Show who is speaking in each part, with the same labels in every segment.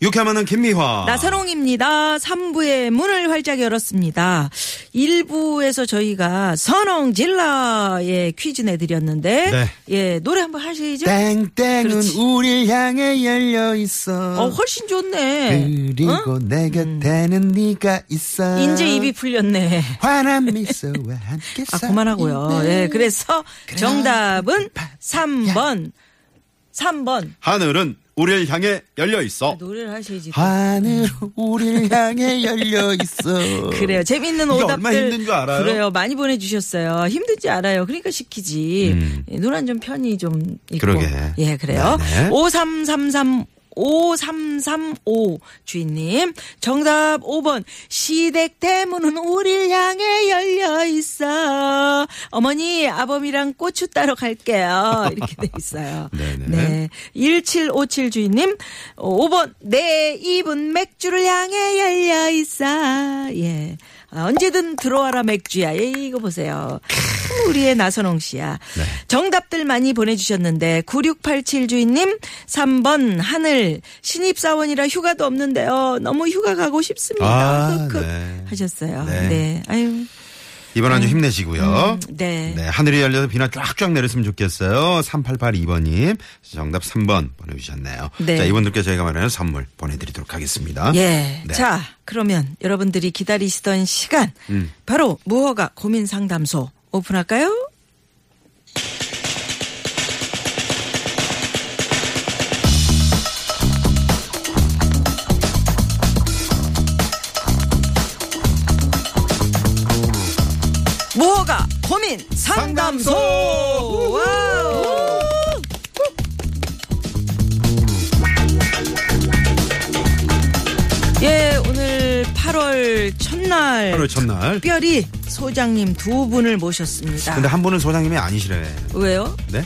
Speaker 1: 유쾌하면은 김미화.
Speaker 2: 나선홍입니다. 3부의 문을 활짝 열었습니다. 1부에서 저희가 선홍 질라의 퀴즈 내드렸는데
Speaker 1: 네.
Speaker 2: 예 노래 한번 하시죠.
Speaker 3: 땡땡은
Speaker 2: 그렇지.
Speaker 3: 우릴 향해 열려 있어.
Speaker 2: 어 훨씬 좋네. 어? 음.
Speaker 3: 그리고 내 곁에는 네가 있어.
Speaker 2: 인제 입이 풀렸네.
Speaker 3: 환한 미소와 함께
Speaker 2: 아 그만하고요.
Speaker 3: 살아있네.
Speaker 2: 예 그래서 정답은 3번. 3번.
Speaker 1: 하늘은 우리를 향해 열려 있어.
Speaker 2: 노래를 하시지.
Speaker 3: 하늘 우릴 향해 열려 있어.
Speaker 2: 그래요. 재밌는
Speaker 1: 이게
Speaker 2: 오답들.
Speaker 1: 얼마나 힘든 줄 알아요?
Speaker 2: 그래요. 많이 보내주셨어요. 힘든지 알아요. 그러니까 시키지. 누난 좀 편히 좀 있고.
Speaker 1: 음. 그러게.
Speaker 2: 예, 그래요.
Speaker 1: 네네.
Speaker 2: 5333 5335 주인님 정답 5번 시댁 대문은 우릴 향해 열려 있어 어머니 아범이랑 고추 따러 갈게요 이렇게 돼 있어요
Speaker 1: 네네.
Speaker 2: 네. 1757 주인님, 어, 5번, 내 입은 맥주를 향해 열려 있어. 예. 아, 언제든 들어와라 맥주야. 예, 이거 보세요. 우리의 나선홍 씨야.
Speaker 1: 네.
Speaker 2: 정답들 많이 보내주셨는데, 9687 주인님, 3번, 하늘, 신입사원이라 휴가도 없는데요. 너무 휴가 가고 싶습니다.
Speaker 1: 아,
Speaker 2: 크크.
Speaker 1: 네.
Speaker 2: 하셨어요.
Speaker 1: 네.
Speaker 2: 네. 아유.
Speaker 1: 이번 한 주 힘내시고요.
Speaker 2: 음, 네.
Speaker 1: 하늘이 열려서 비나 쫙쫙 내렸으면 좋겠어요. 3882번님. 정답 3번 보내주셨네요.
Speaker 2: 네.
Speaker 1: 자, 이분들께 저희가 마련한 선물 보내드리도록 하겠습니다.
Speaker 2: 예.
Speaker 1: 네.
Speaker 2: 자, 그러면 여러분들이 기다리시던 시간 바로 무허가 고민 상담소 오픈할까요? 무허가 고민 상담소.
Speaker 1: 상담소!
Speaker 2: 와우. 예, 오늘 8월 첫날
Speaker 1: 8월 첫날.
Speaker 2: 특별히 소장님 두 분을 모셨습니다.
Speaker 1: 근데 한 분은 소장님이 아니시래.
Speaker 2: 왜요?
Speaker 1: 네?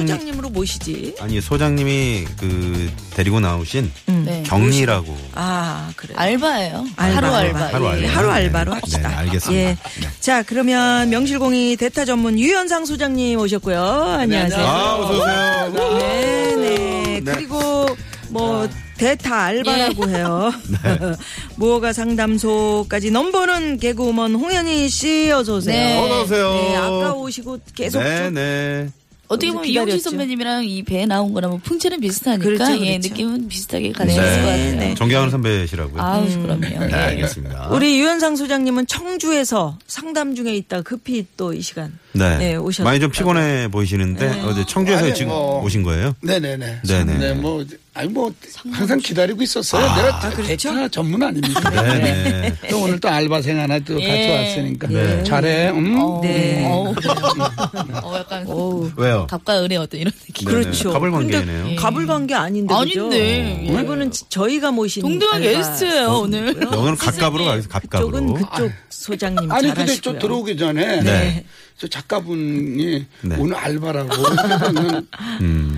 Speaker 1: 소장,
Speaker 2: 소장님으로 모시지.
Speaker 1: 아니, 소장님이 그, 데리고 나오신
Speaker 2: 음.
Speaker 4: 네.
Speaker 1: 경리라고.
Speaker 2: 아, 그래.
Speaker 4: 알바예요. 하루 알바.
Speaker 1: 하루 알바.
Speaker 2: 예, 하루 알바로
Speaker 1: 네,
Speaker 2: 합시다.
Speaker 1: 네, 알겠습니다.
Speaker 2: 예.
Speaker 1: 네.
Speaker 2: 자, 그러면 명실공히 대타 전문 유현상 소장님 오셨고요. 안녕하세요.
Speaker 1: 아, 어서오세요.
Speaker 2: 네, 네. 그리고 뭐 대타 알바라고
Speaker 1: 네.
Speaker 2: 해요. 무허가 상담소까지 넘보는 개그우먼 홍현희 씨 어서 오세요.
Speaker 4: 네.
Speaker 1: 어서오세요.
Speaker 2: 네, 아까 오시고 계속
Speaker 1: 네,
Speaker 2: 좀
Speaker 1: 네.
Speaker 4: 어떻게 보면 이영진
Speaker 2: 기다렸죠.
Speaker 4: 선배님이랑 이 배에 나온 거랑 뭐 풍채는 비슷하니까
Speaker 2: 그렇죠,
Speaker 4: 예,
Speaker 2: 그렇죠.
Speaker 4: 느낌은 비슷하게 가는 것
Speaker 1: 네.
Speaker 4: 같아요.
Speaker 1: 존경하는 선배시라고요.
Speaker 4: 아우 그럼요.
Speaker 1: 네,
Speaker 4: 예.
Speaker 1: 알겠습니다.
Speaker 2: 우리 유현상 소장님은 청주에서 상담 중에 있다 급히 또 이 시간
Speaker 1: 네.
Speaker 2: 네, 오셨.
Speaker 1: 많이 좀 피곤해 보이시는데
Speaker 4: 네.
Speaker 1: 어제 청주에서
Speaker 5: 아니,
Speaker 1: 지금
Speaker 5: 뭐.
Speaker 1: 오신 거예요?
Speaker 5: 네네네.
Speaker 1: 네네.
Speaker 5: 네, 뭐, 아니, 뭐, 항상 기다리고 있었어요. 내가
Speaker 2: 아, 그렇죠?
Speaker 5: 대차 전문 아닙니까?
Speaker 1: 네네.
Speaker 5: 또 오늘 또 알바생 하나 또
Speaker 2: 예.
Speaker 5: 같이 왔으니까.
Speaker 1: 네.
Speaker 5: 잘해, 음?
Speaker 4: 어,
Speaker 2: 네.
Speaker 4: 어, 어, 약간
Speaker 1: 왜요?
Speaker 4: 갑과 은의 어떤 이런 느낌.
Speaker 1: 네네.
Speaker 2: 그렇죠.
Speaker 1: 갑을 건
Speaker 2: 근데
Speaker 1: 게네요.
Speaker 2: 갑을 관계 아닌데 그죠?
Speaker 4: 음.
Speaker 2: 네.
Speaker 4: 아닌데. 예.
Speaker 2: 이분은 지- 저희가 모신
Speaker 4: 동등한
Speaker 2: 알바.
Speaker 4: 게스트예요 아. 오늘.
Speaker 1: 영어는 갑갑으로 가겠습니다.
Speaker 2: 쪽은
Speaker 1: 갑갑으로. 아,
Speaker 2: 그쪽 소장님
Speaker 5: 아니, 근데
Speaker 2: 잘하시고요.
Speaker 5: 저 들어오기 전에.
Speaker 1: 네.
Speaker 5: 저 작가분이
Speaker 1: 네.
Speaker 5: 오늘 알바라고. 그러면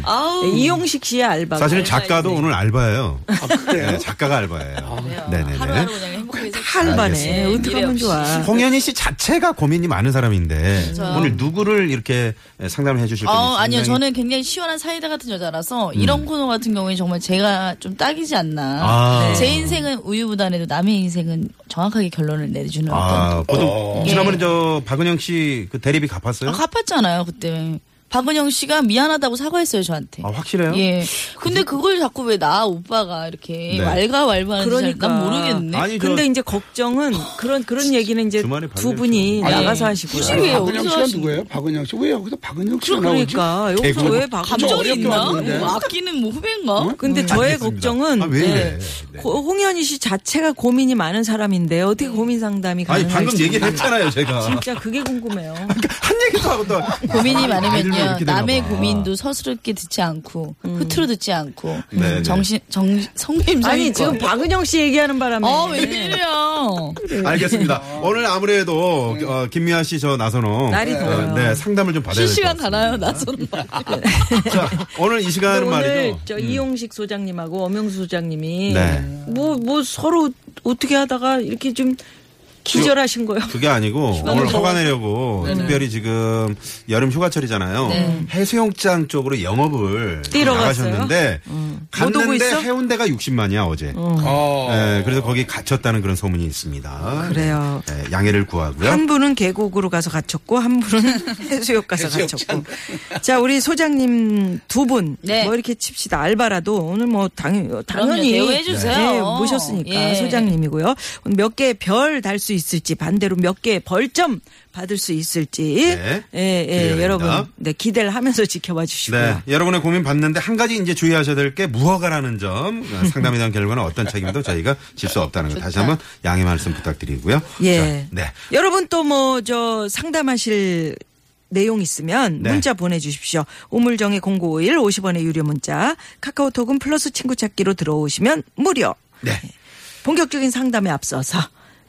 Speaker 4: 아우
Speaker 2: 네, 이용식 씨의 알바.
Speaker 1: 사실 작가도 오늘 알바예요. 네,
Speaker 5: 아, 그래요? 아,
Speaker 1: 작가가 알바예요. 네네네.
Speaker 4: 하루하루 그냥 행복해서
Speaker 2: 할바네.
Speaker 4: 알겠습니다.
Speaker 2: 어떻게 하면 좋아.
Speaker 1: 홍현희 씨 자체가 고민이 많은 사람인데 오늘 누구를 이렇게 상담을 해주실 건지.
Speaker 4: 어,
Speaker 1: 음,
Speaker 4: 아니요.
Speaker 1: 굉장히- 음.
Speaker 4: 저는 굉장히 시원한 사이다 같은 여자라서 이런 코너 같은 경우에 정말 제가 좀 딱이지 않나.
Speaker 1: 아.
Speaker 4: 제 인생은 우유부단해도 남의 인생은 정확하게 결론을 내주는
Speaker 1: 아,
Speaker 4: 어떤.
Speaker 1: 보통
Speaker 4: 예.
Speaker 1: 지난번에 저 박은영 씨 그 대리비 갚았어요?
Speaker 4: 아, 갚았잖아요, 그때. 박은영 씨가 미안하다고 사과했어요, 저한테.
Speaker 1: 아, 확실해요?
Speaker 4: 예. 근데 그걸 자꾸 왜 나 오빠가 이렇게
Speaker 1: 네.
Speaker 4: 왈가왈부하는지
Speaker 2: 그러니까.
Speaker 4: 난 모르겠네.
Speaker 1: 아니, 저-
Speaker 2: 근데 이제 걱정은 그런 그런 얘기는 이제
Speaker 1: 주말에
Speaker 2: 두
Speaker 1: 반대로
Speaker 2: 분이
Speaker 1: 좀-
Speaker 2: 나가서
Speaker 4: 아니,
Speaker 2: 하시고요.
Speaker 4: 무식해요. 예,
Speaker 5: 박은영
Speaker 4: 어디서
Speaker 5: 씨가
Speaker 4: 하시는
Speaker 5: 누구예요? 박은영 씨. 왜 여기서 박은영 씨가 나오지? 어,
Speaker 2: 그러니까 여기서
Speaker 1: 대구.
Speaker 2: 왜 박은
Speaker 4: 감정이
Speaker 5: 어렵게
Speaker 4: 있나?
Speaker 5: 왔는데.
Speaker 4: 뭐 아끼는 뭐 후배인가?
Speaker 1: 어?
Speaker 2: 근데 저의
Speaker 1: 알겠습니다.
Speaker 2: 걱정은
Speaker 1: 아, 왜 이래?
Speaker 2: 네.
Speaker 1: 네.
Speaker 2: 고- 홍현희 씨 자체가 고민이 많은 사람인데 어떻게 고민 상담이
Speaker 1: 아니
Speaker 2: 가능할지
Speaker 1: 방금 얘기를 했잖아요 제가
Speaker 2: 진짜 그게 궁금해요.
Speaker 1: 한 얘기도 하고 또
Speaker 4: 고민이 많으면요. 왜냐면
Speaker 1: 이렇게 되나
Speaker 4: 남의
Speaker 1: 봐.
Speaker 4: 고민도 서스럽게 듣지 않고
Speaker 2: 음.
Speaker 4: 흐트러 듣지 않고
Speaker 1: 네, 네.
Speaker 4: 정신 정 성님
Speaker 2: 아니 지금 박은영 씨 얘기하는
Speaker 1: 네.
Speaker 2: 바람에
Speaker 4: 어 웬일이야
Speaker 2: 네.
Speaker 1: 알겠습니다. 오늘 아무래도 어, 김미아 씨 저 나선호
Speaker 2: 날이 더워요.
Speaker 1: 네 상담을 좀 받아야 될
Speaker 4: 실시간
Speaker 1: 것
Speaker 4: 가나요 나선
Speaker 1: 같아요. 자, 오늘 이 시간은
Speaker 2: 오늘
Speaker 1: 말이죠. 음.
Speaker 2: 저 이용식 소장님하고 엄영수 소장님이
Speaker 1: 네.
Speaker 2: 뭐 뭐 서로 어떻게 하다가 이렇게 좀 기절하신 거예요.
Speaker 1: 그게 아니고 오늘 허가 내려고
Speaker 2: 네.
Speaker 1: 특별히 지금 여름 휴가철이잖아요. 해수욕장 쪽으로 영업을
Speaker 2: 뛰러
Speaker 1: 나가셨는데
Speaker 2: 음. 못 오고
Speaker 1: 갔는데
Speaker 2: 있어?
Speaker 1: 해운대가 60만이야 어제.
Speaker 5: 어.
Speaker 1: 네, 그래서 거기 갇혔다는 그런 소문이 있습니다.
Speaker 2: 그래요.
Speaker 1: 네, 양해를 구하고요.
Speaker 2: 한 분은 계곡으로 가서 갇혔고 한 분은 해수욕 가서 갇혔고. 자 우리 소장님 두 분 뭐
Speaker 4: 네.
Speaker 2: 이렇게 칩시다 알바라도 오늘 뭐 당연, 당연히
Speaker 4: 그럼요, 대우해주세요.
Speaker 2: 네, 모셨으니까
Speaker 4: 예.
Speaker 2: 소장님이고요. 오늘 몇 개 별 달 수 있을지 반대로 몇 개 벌점 받을 수 있을지
Speaker 1: 네.
Speaker 2: 예, 예,
Speaker 1: 기대됩니다.
Speaker 2: 여러분 네, 기대를 하면서 지켜봐
Speaker 1: 네,
Speaker 2: 주시고요.
Speaker 1: 여러분의 고민 봤는데 한 가지 이제 주의하셔야 될 게 무허가라는 점 어, 상담에 대한 결과는 어떤 책임도 저희가 질 수 없다는 거 다시 한번 양해 말씀 부탁드리고요.
Speaker 2: 예.
Speaker 1: 자, 네.
Speaker 2: 여러분 또 뭐 저 상담하실 내용 있으면
Speaker 1: 네.
Speaker 2: 문자 보내주십시오. 우물정의 0951 50원의 유료 문자 카카오톡은 플러스 친구 찾기로 들어오시면 무료.
Speaker 1: 네.
Speaker 2: 본격적인 상담에 앞서서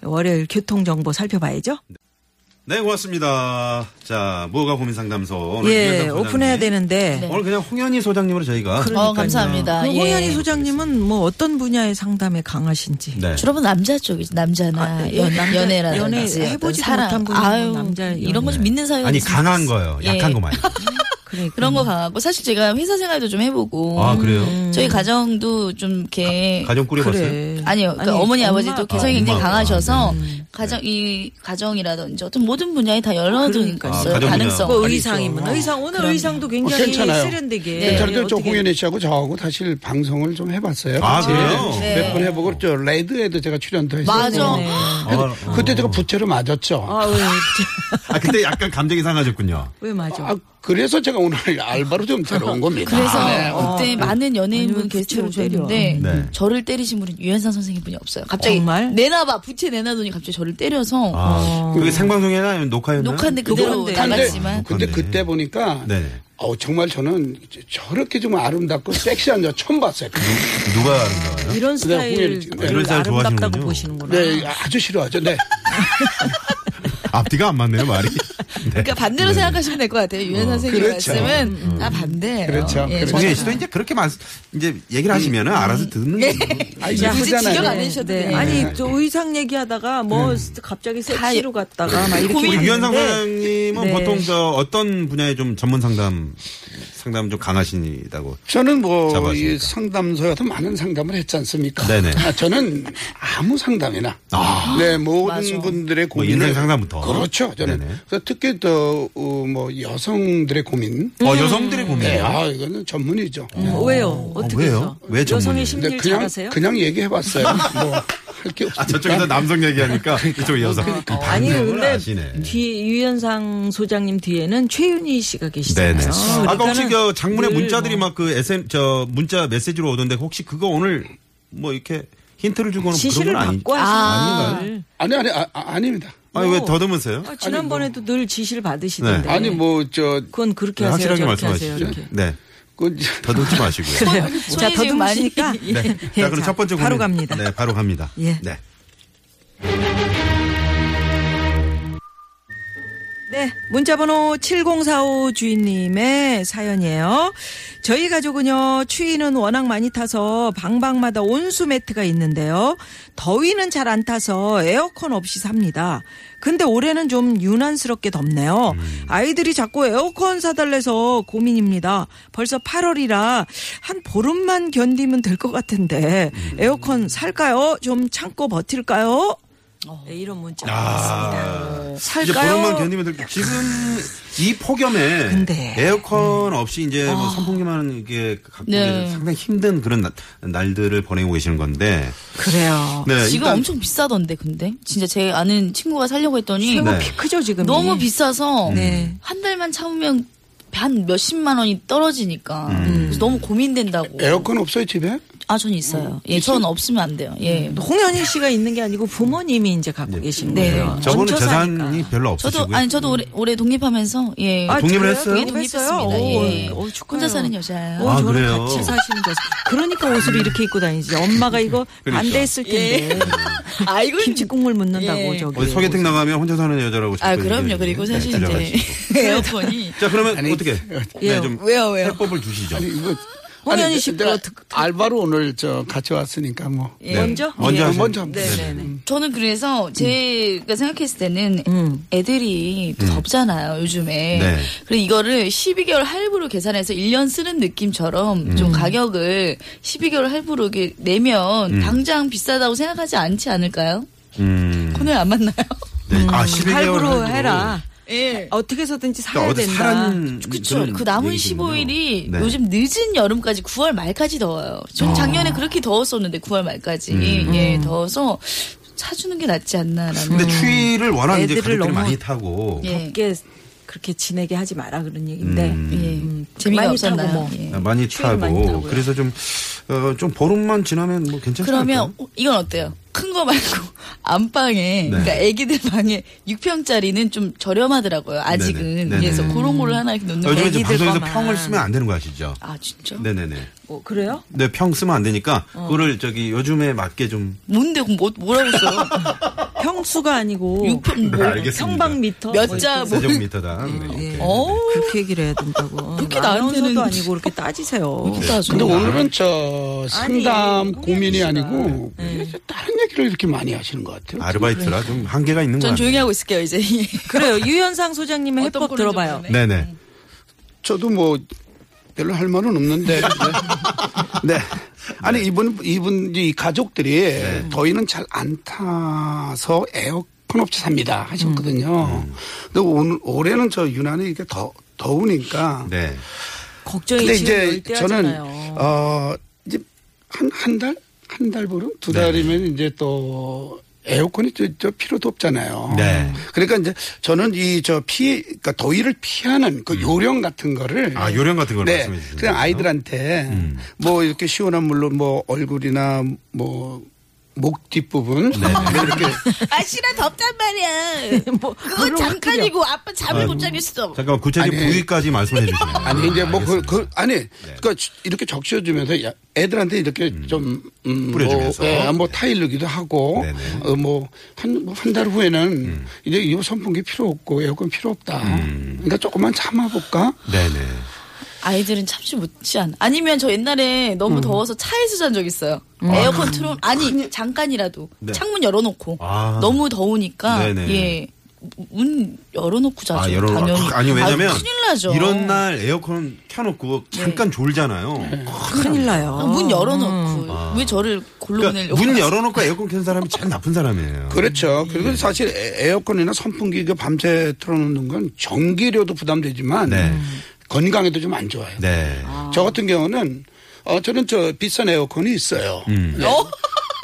Speaker 2: 월요일 교통 정보 살펴봐야죠.
Speaker 1: 네, 고맙습니다. 자, 무허가 고민 상담소 오늘
Speaker 2: 예,
Speaker 1: 김현정 소장님.
Speaker 2: 오픈해야 되는데
Speaker 1: 오늘 그냥 홍현희 소장님으로 저희가
Speaker 4: 네. 어 감사합니다
Speaker 2: 그
Speaker 4: 예.
Speaker 2: 홍현희 소장님은 뭐 어떤 분야의 상담에 강하신지
Speaker 1: 네.
Speaker 4: 주로 남자 쪽이죠. 남자나
Speaker 2: 아, 예,
Speaker 4: 연,
Speaker 2: 남자,
Speaker 4: 연애라든지
Speaker 2: 연애
Speaker 4: 어떤
Speaker 2: 해보지도
Speaker 4: 사랑.
Speaker 2: 못한 분이 뭐
Speaker 4: 아유,
Speaker 2: 남자 연애.
Speaker 4: 이런 거 좀 믿는 사연
Speaker 1: 아니 강한 거예요. 약한 거 말고.
Speaker 2: 그러니까
Speaker 4: 그런 거 강하고 사실 제가 회사 생활도 좀 해보고 음.
Speaker 1: 아, 그래요?
Speaker 4: 저희 가정도 좀 이렇게
Speaker 1: 가정 꾸려봤어요.
Speaker 2: 그래.
Speaker 4: 아니요, 그 어머니
Speaker 2: 엄마, 음.
Speaker 4: 아버지도 개성이
Speaker 1: 아,
Speaker 4: 굉장히
Speaker 1: 엄마가.
Speaker 4: 강하셔서 가정 이 가정이라든지 어떤 모든 분야에 다 열어두니까
Speaker 1: 아,
Speaker 4: 있어요
Speaker 1: 가정 분야.
Speaker 4: 가능성.
Speaker 2: 뭐
Speaker 1: 아니죠.
Speaker 2: 의상이면 의상 오늘 의상도 굉장히
Speaker 5: 어, 괜찮아요.
Speaker 2: 세련되게
Speaker 5: 괜찮은데 저
Speaker 2: 어떻게-
Speaker 5: 홍현희 씨하고 저하고 사실 방송을 좀 해봤어요.
Speaker 1: 아,
Speaker 5: 같이.
Speaker 1: 그래요?
Speaker 4: 네.
Speaker 5: 몇 번 해보고 저 레드에도 제가 출연도 했어요.
Speaker 4: 맞아.
Speaker 2: 네.
Speaker 5: 그때 제가 부채를 맞았죠.
Speaker 2: 아, 왜,
Speaker 1: 어. 아, 그때 약간 감정이 상하셨군요.
Speaker 2: 왜 맞아?
Speaker 5: 아, 그래서 제가 오늘 알바로 좀 들어온 겁니다.
Speaker 4: 그래서
Speaker 5: 네.
Speaker 4: 그때 많은 연예인분
Speaker 2: 아니면
Speaker 4: 게스트로
Speaker 2: 부채로 때려.
Speaker 4: 오셨는데
Speaker 1: 아, 네.
Speaker 4: 저를 때리신 분은 유현상 선생님분이 없어요. 갑자기
Speaker 2: 정말?
Speaker 4: 내놔봐 부채 내놔더니 갑자기 저를 때려서
Speaker 1: 아, 그게 생방송이나 아니면 녹화였나요?
Speaker 4: 녹화인데 그대로
Speaker 2: 녹화인데.
Speaker 4: 나갔지만
Speaker 5: 근데
Speaker 1: 그렇네.
Speaker 5: 그때 보니까
Speaker 1: 네네.
Speaker 5: 어우, 정말 저는 저렇게 좀 아름답고 섹시한 여자 처음 봤어요.
Speaker 1: 누가 아름다워요?
Speaker 2: 이런 스타일 네.
Speaker 5: 홍일이지.
Speaker 1: 아, 이런 스타일
Speaker 2: 아름답다고
Speaker 1: 좋아하시는군요.
Speaker 2: 보시는구나.
Speaker 5: 네, 아주 싫어하죠. 네.
Speaker 1: 앞뒤가 안 맞네요, 말이. 네. 어, 음,
Speaker 4: 그러니까 반대로 생각하시면 될 것 같아요. 유현상 선생님
Speaker 5: 그렇죠.
Speaker 4: 말씀은 다 반대예요.
Speaker 5: 그렇죠.
Speaker 4: 예,
Speaker 5: 그렇죠.
Speaker 1: 홍현희 씨도 이제 그렇게 말 이제
Speaker 2: 예.
Speaker 1: 얘기를 하시면은
Speaker 2: 음.
Speaker 1: 알아서 듣는 거예요.
Speaker 5: 아니,
Speaker 4: 야, 굳이
Speaker 5: 예쁘잖아요.
Speaker 4: 지적 안 해주셔도
Speaker 2: 네.
Speaker 4: 돼요.
Speaker 2: 아니 저 의상 얘기하다가
Speaker 5: 네.
Speaker 2: 뭐 갑자기 섹시로 갔다가 막 이렇게
Speaker 1: 우리 유현상
Speaker 2: 갔는데
Speaker 1: 사장님은
Speaker 2: 네.
Speaker 1: 보통 저 어떤 분야에 좀 전문 상담 상담 좀 강하시다고.
Speaker 5: 저는 뭐,
Speaker 1: 잡아주니까.
Speaker 5: 이 상담소에 가서 많은 상담을 했지 않습니까?
Speaker 1: 네네.
Speaker 5: 아, 저는 아무 상담이나.
Speaker 1: 아.
Speaker 5: 네, 모든
Speaker 4: 맞아.
Speaker 5: 분들의
Speaker 1: 뭐
Speaker 5: 고민을.
Speaker 1: 인생 상담부터.
Speaker 5: 그렇죠. 저는.
Speaker 1: 네네.
Speaker 5: 그래서 특히 또, 어, 뭐, 여성들의 고민.
Speaker 2: 음.
Speaker 1: 어 여성들의 고민.
Speaker 5: 네, 아, 이거는 전문이죠. 네.
Speaker 2: 어, 왜요? 어떻게
Speaker 1: 왜요?
Speaker 2: 해서?
Speaker 1: 왜 전문이에요?
Speaker 2: 여성의
Speaker 5: 근데
Speaker 2: 심리를
Speaker 5: 그냥,
Speaker 2: 잘하세요?
Speaker 5: 그냥 얘기해봤어요. 뭐, 할 게 없어.
Speaker 1: 아 저쪽에서 남성 얘기하니까 이쪽 여성.
Speaker 2: 네. 그러니까.
Speaker 1: 음,
Speaker 2: 아니 근데 음,
Speaker 1: 아시네.
Speaker 2: 뒤 유현상 소장님 뒤에는 최윤희 씨가 계시잖아요.
Speaker 1: 네네. 아까 혹시
Speaker 2: 그러니까는
Speaker 1: 그 장문의
Speaker 2: 늘
Speaker 1: 문자들이
Speaker 2: 뭐
Speaker 1: 막 그 SM 저 문자 메시지로 오던데 혹시 그거 오늘 뭐 이렇게 힌트를 주고는 그런
Speaker 2: 지시를
Speaker 1: 건 아니.
Speaker 2: 받고 하시는 분들.
Speaker 5: 아니, 아니, 아, 아, 아닙니다.
Speaker 1: 아니 왜 더듬으세요?
Speaker 2: 아, 지난번에도 늘 지시를 받으시던데.
Speaker 5: 아니, 뭐, 저,
Speaker 2: 그건 그렇게
Speaker 1: 네,
Speaker 2: 하세요.
Speaker 1: 확실하게
Speaker 2: 저렇게 하세요.
Speaker 1: 말씀하시죠.
Speaker 2: 이렇게.
Speaker 1: 네.
Speaker 5: 그,
Speaker 1: 더듬지 마시고요.
Speaker 2: 그래요. 자,
Speaker 4: 손이 지금 많이-
Speaker 2: 더듬으시니까.
Speaker 1: 네. 자, 그럼 첫 번째 고민.
Speaker 2: 바로 갑니다.
Speaker 1: 네, 바로 갑니다.
Speaker 2: 예.
Speaker 1: 네.
Speaker 2: 네, 문자번호 7045 주인님의 사연이에요. 저희 가족은요, 추위는 워낙 많이 타서 방방마다 온수 매트가 있는데요. 더위는 잘 안 타서 에어컨 없이 삽니다. 근데 올해는 좀 유난스럽게 덥네요. 아이들이 자꾸 에어컨 사달래서 고민입니다. 벌써 8월이라 한 보름만 견디면 될 것 같은데 에어컨 살까요? 좀 참고 버틸까요? 네, 이런 문자.
Speaker 1: 아,
Speaker 2: 살까요?
Speaker 1: 이제 보름만 견디면 될 지금 이 폭염에
Speaker 2: 근데.
Speaker 1: 에어컨 없이 이제 뭐 선풍기만 이게 갖고
Speaker 4: 네.
Speaker 1: 계셔서 상당히 힘든 그런 나- 날들을 보내고 계시는 건데.
Speaker 2: 그래요.
Speaker 1: 네,
Speaker 4: 지금
Speaker 1: 일단
Speaker 4: 엄청 비싸던데 근데 진짜 제 아는 친구가 살려고 했더니
Speaker 2: 최고
Speaker 1: 네. 음.
Speaker 2: 피 크죠 지금.
Speaker 4: 너무 비싸서
Speaker 2: 네.
Speaker 4: 한 달만 참으면
Speaker 1: 음.
Speaker 4: 한 몇십만 원이 떨어지니까 그래서 너무 고민된다고
Speaker 5: 에어컨 없어요, 집에?
Speaker 4: 아, 전 있어요. 예, 전 없으면 안 돼요. 예.
Speaker 2: 홍현희 씨가 있는 게 아니고 부모님이 이제 갖고 계신
Speaker 4: 네.
Speaker 2: 거예요.
Speaker 1: 저분은
Speaker 2: 얹혀 사니까.
Speaker 1: 재산이 별로 없으시고요. 음.
Speaker 4: 저도 아니 저도 올해 올해 독립하면서 예.
Speaker 2: 아,
Speaker 1: 독립을
Speaker 2: 그래요?
Speaker 1: 했어요?
Speaker 2: 독립했어요?
Speaker 4: 독립했습니다.
Speaker 2: 오,
Speaker 4: 예.
Speaker 2: 어, 축하해요.
Speaker 4: 혼자 사는 여자예요.
Speaker 2: 어,
Speaker 1: 아,
Speaker 2: 저랑
Speaker 1: 그래요?
Speaker 2: 같이 사시는 거죠. 그러니까 옷을 이렇게 입고 다니지. 엄마가 이거
Speaker 1: 그러니까.
Speaker 2: 반대했을 텐데.
Speaker 4: 아이고
Speaker 2: 김치 국물 묻는다고
Speaker 4: 예.
Speaker 2: 저기.
Speaker 1: 어디 소개팅 나가면 혼자 사는 여자라고
Speaker 4: 아,
Speaker 1: 자꾸
Speaker 4: 그럼요.
Speaker 1: 얘기해요.
Speaker 4: 그리고
Speaker 1: 네,
Speaker 4: 사실
Speaker 1: 들려가지고.
Speaker 4: 이제 에어컨이
Speaker 1: 자 그러면 어떻게
Speaker 2: 예.
Speaker 1: 네, 좀
Speaker 4: 왜요, 왜요?
Speaker 1: 해법을 주시죠.
Speaker 5: 이거
Speaker 2: 홍현희
Speaker 5: 아니,
Speaker 2: 씨
Speaker 5: 내가
Speaker 2: 그거 듣-
Speaker 5: 알바로 오늘 저 같이 왔으니까 뭐
Speaker 4: 예.
Speaker 2: 네. 먼저?
Speaker 1: 네.
Speaker 2: 음.
Speaker 1: 먼저
Speaker 5: 예,
Speaker 1: 하시
Speaker 5: 먼저 한번
Speaker 1: 네, 네.
Speaker 4: 저는 그래서 제가 생각했을 때는 애들이 또 덥잖아요 요즘에
Speaker 1: 음. 네.
Speaker 4: 그래서 이거를 12개월 할부로 계산해서 1년 쓰는 느낌처럼
Speaker 1: 음.
Speaker 4: 좀 가격을 12개월 할부로 이렇게 내면 당장 비싸다고 생각하지 않지 않을까요?
Speaker 1: 음.
Speaker 4: 오늘 안 맞나요?
Speaker 1: 네. 아 11개월
Speaker 2: 할부로
Speaker 1: 할부로.
Speaker 2: 해라.
Speaker 4: 예.
Speaker 2: 어떻게 해서든지
Speaker 1: 그러니까
Speaker 2: 살아야
Speaker 1: 어디
Speaker 2: 된다.
Speaker 1: 사는
Speaker 4: 그쵸.
Speaker 1: 그런
Speaker 4: 그 남은
Speaker 1: 얘기군요.
Speaker 4: 15일이
Speaker 1: 네. 아.
Speaker 4: 요즘 늦은 여름까지 9월 말까지 더워요. 전 작년에 그렇게 더웠었는데 9월 말까지 예 더워서 사주는 게 낫지 않나라는.
Speaker 1: 음. 근데 추위를 워낙 이제
Speaker 2: 애들을
Speaker 1: 가족들이
Speaker 2: 너무-
Speaker 1: 많이 타고
Speaker 4: 예.
Speaker 2: 덥게 그렇게 지내게 하지 마라 그런 얘기인데.
Speaker 1: 음.
Speaker 4: 예. 재미가
Speaker 2: 많이
Speaker 4: 없었나요?
Speaker 2: 타고 뭐.
Speaker 4: 예.
Speaker 1: 네, 많이
Speaker 2: 추위를 많이
Speaker 1: 타고
Speaker 2: 타고요.
Speaker 1: 그래서 좀 어, 좀 보름만 지나면 뭐 괜찮지
Speaker 4: 그러면
Speaker 1: 않을까요?
Speaker 4: 어, 이건 어때요? 큰 거 말고 안방에
Speaker 1: 네.
Speaker 4: 그러니까 애기들 방에 6평짜리는 좀 저렴하더라고요. 아직은
Speaker 1: 네네. 네네.
Speaker 4: 그래서 그런 거를 하나 이렇게
Speaker 1: 아,
Speaker 4: 놓는
Speaker 1: 요즘에
Speaker 4: 거.
Speaker 1: 이제
Speaker 2: 애기들
Speaker 1: 방송에서
Speaker 2: 거만.
Speaker 1: 평을 쓰면 안 되는 거 아시죠?
Speaker 4: 아 진짜?
Speaker 1: 네네네.
Speaker 2: 어, 그래요?
Speaker 1: 네, 평 쓰면 안 되니까 그거를 저기 요즘에 맞게 좀
Speaker 4: 뭔데 그럼 뭐, 뭐라고 써요?
Speaker 2: 평수가 아니고
Speaker 4: 6평
Speaker 1: 네,
Speaker 4: 뭐
Speaker 1: 알겠습니다.
Speaker 2: 평방 미터 뭐
Speaker 4: 몇자 뭐
Speaker 1: 세제곱미터당 네, 이렇게.
Speaker 4: 어.
Speaker 2: 그렇게 얘기를 해야 된다고. 어,
Speaker 4: 그렇게
Speaker 2: 아나운서도
Speaker 4: 나한테는-
Speaker 2: 아니고 그렇게
Speaker 1: 네.
Speaker 2: 따지세요.
Speaker 4: 네.
Speaker 5: 근데 오늘은 저
Speaker 2: 아니,
Speaker 5: 상담
Speaker 2: 홍현희
Speaker 5: 고민이
Speaker 2: 씨가.
Speaker 5: 아니고 다른 얘기를 이렇게 많이 하시는 것 같아요.
Speaker 1: 아르바이트라 좀 한계가 있는 거
Speaker 4: 전
Speaker 1: 같아요.
Speaker 4: 조용히 하고 있을게요 이제.
Speaker 2: 그래요. 유현상 소장님의 해법 들어봐요.
Speaker 1: 네네.
Speaker 5: 저도 뭐 별로 할 말은 없는데. 네. 네. 아니 이분 이분 이 가족들이 더위는 잘 안 타서 에어컨 업체 삽니다 하셨거든요. 근데 오늘 올해는 저 유난히 이게 더 더우니까.
Speaker 1: 네.
Speaker 2: 걱정이
Speaker 5: 근데
Speaker 2: 지금
Speaker 5: 이제 저는
Speaker 2: 열대하잖아요.
Speaker 5: 어 이제 한 한 달 한 달 보름 두
Speaker 1: 네.
Speaker 5: 달이면 이제 또 에어컨이 저, 저 필요도 없잖아요.
Speaker 1: 네.
Speaker 5: 그러니까 이제 저는 이 저 피, 그러니까 더위를 피하는 그 요령 같은 거를
Speaker 1: 음. 아, 요령 음. 같은 걸
Speaker 5: 네.
Speaker 1: 말씀해 주시는
Speaker 5: 그냥
Speaker 1: 거죠?
Speaker 5: 아이들한테 뭐 이렇게 시원한 물로 뭐 얼굴이나 뭐 목 뒷부분
Speaker 1: 네.
Speaker 5: 이렇게
Speaker 4: 아 싫어 덥단 말이야.
Speaker 2: 뭐,
Speaker 4: 그건 잠깐이고 아빠 잠을 못 자겠어.
Speaker 1: 잠깐만 구체적인
Speaker 5: 아니.
Speaker 1: 부위까지 말씀해 주시네요.
Speaker 5: 아니 이제 뭐 그 그 아니
Speaker 1: 네.
Speaker 5: 그러니까 이렇게 적셔주면서 야- 애들한테 이렇게 좀 음,
Speaker 1: 뿌려주면서.
Speaker 5: 뭐, 예, 뭐 타일르기도 하고 어, 뭐
Speaker 1: 네네. 음.
Speaker 5: 뭐한뭐한달 후에는 이제 이 선풍기 필요 없고 에어컨 필요 없다. 그러니까 조금만 참아볼까?
Speaker 1: 네네.
Speaker 4: 아이들은 참지 못지 않. 아니면 저 옛날에
Speaker 1: 음.
Speaker 4: 너무 더워서 차에서 잔 적 있어요. 에어컨 틀어 아니 잠깐이라도
Speaker 1: 네.
Speaker 4: 창문 열어놓고
Speaker 1: 아.
Speaker 4: 너무 더우니까
Speaker 1: 네네.
Speaker 4: 예. 문 열어놓고 자죠.
Speaker 1: 아, 여러
Speaker 4: 당연히.
Speaker 1: 아니 왜냐면
Speaker 4: 아, 큰일 나죠.
Speaker 1: 이런 날 에어컨 켜놓고 잠깐 졸잖아요.
Speaker 2: 큰일 나요.
Speaker 4: 아, 문 열어놓고 왜 저를 골로
Speaker 1: 그러니까
Speaker 4: 보내려고?
Speaker 1: 문 열어놓고 에어컨 켠 사람이 참 나쁜 사람이에요. 음.
Speaker 5: 그렇죠. 그리고
Speaker 1: 네.
Speaker 5: 사실 에- 에어컨이나 선풍기 그 밤새 틀어놓는 건 전기료도 부담되지만
Speaker 1: 네.
Speaker 5: 건강에도 좀 안 좋아요.
Speaker 1: 네.
Speaker 5: 저 같은 경우는 어 저는 저 비싼 에어컨이 있어요.
Speaker 1: 음.
Speaker 5: 네.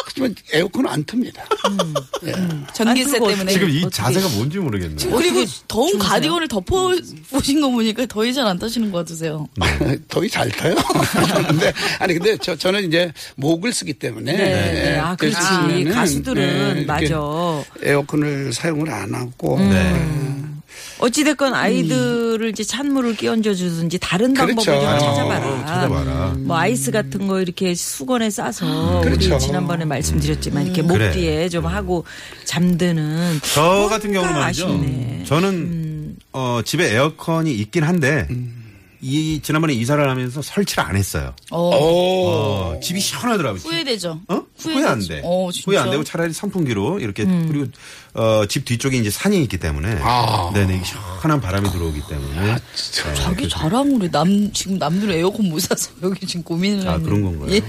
Speaker 5: 하지만 에어컨 안 틉니다. 예.
Speaker 4: 전기세
Speaker 2: 안 뜨거워.
Speaker 4: 때문에. 어,
Speaker 1: 지금 이 자세가 뭔지 모르겠네요.
Speaker 4: 그리고 더운 가디건을 덮어 보신 거 보니까 더위 잘 안 타시는 것 같으세요.
Speaker 1: 네.
Speaker 5: 더위 잘 타요. 근데 아니 근데 저 저는 이제 목을 쓰기 때문에 예,
Speaker 2: 네, 네. 아,
Speaker 5: 그래서
Speaker 2: 그렇지.
Speaker 5: 쓰면은,
Speaker 2: 가수들은
Speaker 5: 네, 이렇게
Speaker 2: 맞아. 음.
Speaker 5: 에어컨을 사용을 안 하고
Speaker 1: 네.
Speaker 5: 음.
Speaker 2: 어찌됐건 아이들을 이제 찬물을 끼얹어 주든지 다른 방법을
Speaker 5: 그렇죠.
Speaker 2: 좀
Speaker 5: 아유,
Speaker 2: 찾아봐라.
Speaker 1: 찾아봐라.
Speaker 2: 뭐 아이스 같은 거 이렇게 수건에 싸서
Speaker 5: 그렇죠. 음.
Speaker 2: 우리 지난번에 말씀드렸지만 이렇게 목
Speaker 1: 그래.
Speaker 2: 뒤에 좀 하고 잠드는
Speaker 1: 저 같은 경우는
Speaker 2: 뭔가
Speaker 1: 말이죠.
Speaker 2: 아쉽네.
Speaker 1: 저는 어, 집에 에어컨이 있긴 한데 이 지난번에 이사를 하면서 설치를 안 했어요.
Speaker 4: 어,
Speaker 1: 어, 집이 시원하더라고요.
Speaker 4: 후회되죠.
Speaker 1: 어? 후회 안 돼.
Speaker 4: 어,
Speaker 1: 후회
Speaker 4: 진짜.
Speaker 1: 안 되고 차라리 선풍기로 이렇게 그리고 어, 집 뒤쪽에 이제 산이 있기 때문에
Speaker 5: 아.
Speaker 1: 네네 이게 시원한 바람이 들어오기 때문에
Speaker 5: 진짜.
Speaker 4: 자기 자랑으로 남 지금 남들 에어컨 못 사서 여기 지금 고민을
Speaker 1: 아
Speaker 4: 하는.
Speaker 1: 그런 건가요?
Speaker 4: 예.
Speaker 1: 네.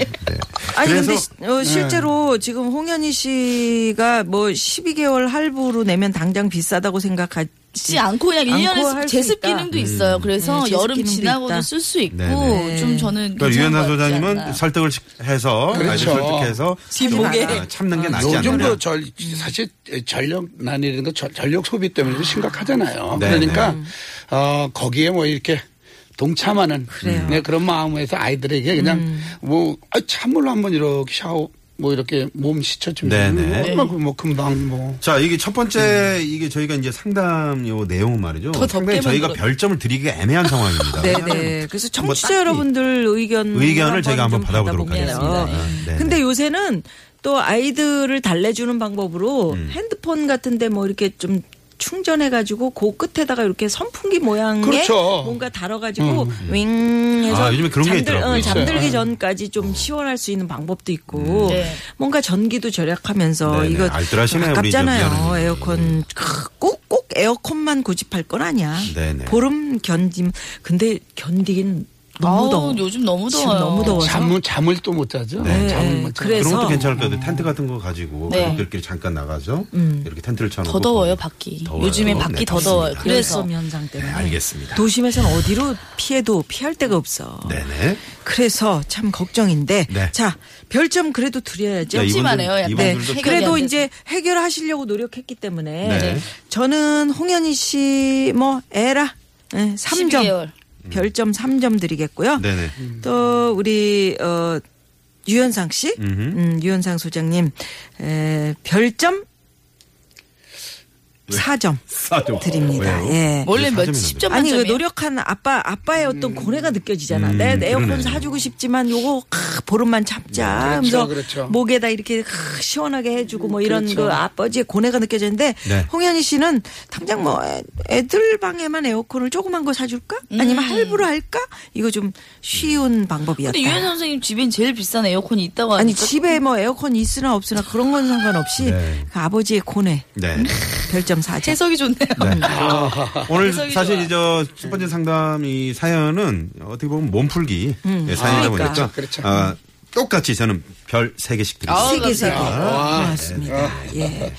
Speaker 2: 아니
Speaker 1: 그래서 예.
Speaker 2: 근데 시- 어, 실제로 지금 홍현희 씨가 뭐 12개월 할부로 내면 당장 비싸다고 생각하지
Speaker 4: 쓰지 않고 그냥
Speaker 2: 않고
Speaker 4: 1년에
Speaker 2: 할수
Speaker 4: 제습
Speaker 2: 있다.
Speaker 4: 기능도 있어요. 그래서
Speaker 2: 음, 제습
Speaker 4: 여름
Speaker 2: 기능도 있다.
Speaker 4: 지나고도 쓸 수 네, 있고
Speaker 1: 네네.
Speaker 4: 좀 저는
Speaker 1: 그러니까
Speaker 4: 음, 괜찮은
Speaker 1: 유현아
Speaker 4: 것 같지
Speaker 1: 소장님은
Speaker 4: 않나요?
Speaker 1: 설득을 시- 해서
Speaker 5: 그렇죠.
Speaker 1: 아주 설득해서
Speaker 4: 뒷목에.
Speaker 1: 좀, 아, 참는 게 낫지 않느냐.
Speaker 5: 요즘도 절, 사실 전력난이라든가 전- 전력 소비 때문에 좀 심각하잖아요.
Speaker 1: 네,
Speaker 5: 그러니까 어, 거기에 뭐 이렇게 동참하는 네, 그런 마음에서 아이들에게 그냥 뭐 아, 찬물로 한번 이렇게 샤워 뭐 이렇게 몸 씻어주면
Speaker 1: 네네.
Speaker 5: 얼마나 그뭐 금방 뭐
Speaker 1: 자, 이게 첫 번째 이게 저희가 이제 상담 요 내용 말이죠.
Speaker 4: 더 덥게
Speaker 1: 상당히 저희가
Speaker 4: 만들었-
Speaker 1: 별점을 드리기가 애매한 상황입니다.
Speaker 2: 네네.
Speaker 1: 왜냐하면
Speaker 2: 그래서
Speaker 1: 뭐
Speaker 2: 청취자
Speaker 1: 딱히-
Speaker 2: 여러분들 의견
Speaker 1: 의견을 저희가 한번
Speaker 2: 좀
Speaker 1: 받아보도록
Speaker 2: 받아보면요. 어.
Speaker 1: 하겠습니다. 아, 네네.
Speaker 2: 근데 요새는 또 아이들을 달래주는 방법으로
Speaker 1: 음.
Speaker 2: 핸드폰 같은데 뭐 이렇게 좀 충전해가지고 그 끝에다가 이렇게 선풍기 모양의
Speaker 5: 그렇죠.
Speaker 2: 뭔가 달아가지고 윙 해서
Speaker 1: 음. 아, 요즘에 그런 게
Speaker 2: 잠들,
Speaker 1: 있더라고요. 네. 어.
Speaker 2: 어, 잠들기 전까지 좀 시원할 수 있는 방법도 있고
Speaker 4: 네.
Speaker 2: 뭔가 전기도 절약하면서
Speaker 1: 음. 네네.
Speaker 2: 이거
Speaker 1: 알뜰하시네요, 우리 이제
Speaker 2: 아깝잖아요.
Speaker 1: 미아노님.
Speaker 2: 에어컨 음, 꼭 꼭 에어컨만 고집할 건 아니야.
Speaker 1: 네네.
Speaker 2: 보름 견딤 근데 견디긴 너무
Speaker 4: 아우,
Speaker 2: 더워.
Speaker 4: 요즘 너무
Speaker 2: 지금
Speaker 4: 더워요.
Speaker 2: 너무 더워서.
Speaker 5: 어, 잠을 잠을 또 못 자죠.
Speaker 2: 네,
Speaker 5: 잠을 못 자.
Speaker 2: 그래서-
Speaker 1: 그런 것도 괜찮을 것 같아요. 텐트 같은 거 가지고
Speaker 4: 네.
Speaker 1: 가족들끼리 잠깐 나가서 이렇게 텐트를 쳐놓고
Speaker 4: 더 더워요,
Speaker 1: 거기.
Speaker 4: 밖이.
Speaker 1: 더워요.
Speaker 4: 요즘에 밖이
Speaker 1: 네,
Speaker 4: 더 더워요.
Speaker 1: 맞습니다.
Speaker 4: 그래서
Speaker 2: 열섬 현상 때문에.
Speaker 1: 네, 알겠습니다.
Speaker 2: 도심에선 어디로 피해도 피할 데가 없어.
Speaker 1: 네네.
Speaker 2: 그래서 참 걱정인데.
Speaker 1: 네.
Speaker 2: 자, 별점 그래도 드려야죠.
Speaker 1: 야, 이분들-
Speaker 4: 찜찜하네요, 약간.
Speaker 2: 네.
Speaker 1: 이분들도
Speaker 4: 해결이
Speaker 2: 그래도
Speaker 4: 안 돼서.
Speaker 2: 이제 해결하시려고 노력했기 때문에
Speaker 1: 네.
Speaker 2: 저는 홍현희 씨 뭐 에라 네, 3점
Speaker 4: 12개월.
Speaker 2: 별점 3점 드리겠고요.
Speaker 1: 네네.
Speaker 2: 또 우리 어 유현상 씨,
Speaker 1: 음흠.
Speaker 2: 음, 유현상 소장님 에, 별점 4점
Speaker 1: 싸죠. 어, 아,
Speaker 2: 드립니다. 예.
Speaker 4: 원래 몇
Speaker 1: 사점이
Speaker 4: 십점
Speaker 2: 아니 그
Speaker 4: 만점이에요. 음.
Speaker 2: 노력한 아빠 아빠의 어떤 고뇌가 느껴지잖아. 내 에어컨
Speaker 1: 음, 그러네.
Speaker 2: 사주고 싶지만 요거 크, 보름만
Speaker 4: 음,
Speaker 2: 참자.
Speaker 5: 그렇죠,
Speaker 2: 하면서
Speaker 5: 그렇죠.
Speaker 2: 목에다 이렇게 크, 시원하게 해주고 뭐 이런
Speaker 4: 그렇죠.
Speaker 2: 그 아버지의 고뇌가 느껴지는데
Speaker 1: 네.
Speaker 2: 홍현희 씨는 당장 뭐 애- 애들 방에만 에어컨을 조그만 거 사줄까? 아니면 할부로 할까? 이거 좀
Speaker 1: 음.
Speaker 2: 쉬운 방법이었다.
Speaker 4: 음. 근데 유현 선생님 집엔 제일 비싼 에어컨이 있다고 하니까
Speaker 2: 아니 집에 뭐 에어컨 있으나 없으나 그런 건 상관없이
Speaker 1: 네.
Speaker 2: 그 아버지의 고뇌
Speaker 1: 네.
Speaker 2: 별점 4점.
Speaker 4: 해석이 좋네요.
Speaker 1: 오늘
Speaker 4: 해석이
Speaker 1: 사실
Speaker 4: 좋아.
Speaker 1: 이제 첫 번째 상담 이 사연은 어떻게 보면 몸풀기 예, 사연이다
Speaker 2: 그러니까.
Speaker 1: 보니까
Speaker 5: 그렇죠.
Speaker 1: 아, 똑같이 저는 별 세개씩 드리겠습니다.
Speaker 2: 세계 세계 고맙습니다. 예.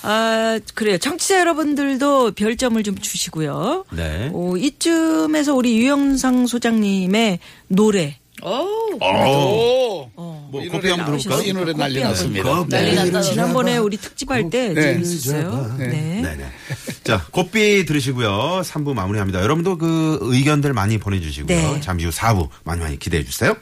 Speaker 2: 아 그래요. 청취자 여러분들도 별점을 좀 주시고요.
Speaker 1: 네.
Speaker 2: 아. 오, 이쯤에서 우리 유영상 소장님의 노래
Speaker 5: 오.
Speaker 1: 어, 뭐
Speaker 5: 어. 이
Speaker 1: 커피
Speaker 5: 노래
Speaker 1: 한번 들어볼까요?
Speaker 5: 어. 그 이 노래 난리 났습니다.
Speaker 1: 커피.
Speaker 5: 네.
Speaker 4: 난리 났다.
Speaker 2: 지난번에 우리 특집할 때
Speaker 5: 네.
Speaker 2: 재밌었어요. 네.
Speaker 1: 네네. 자, 곱비 들으시고요. 3부 마무리합니다. 여러분도 그 의견들 많이 보내주시고요.
Speaker 2: 네.
Speaker 1: 잠시 후 4부 많이 많이 기대해 주세요.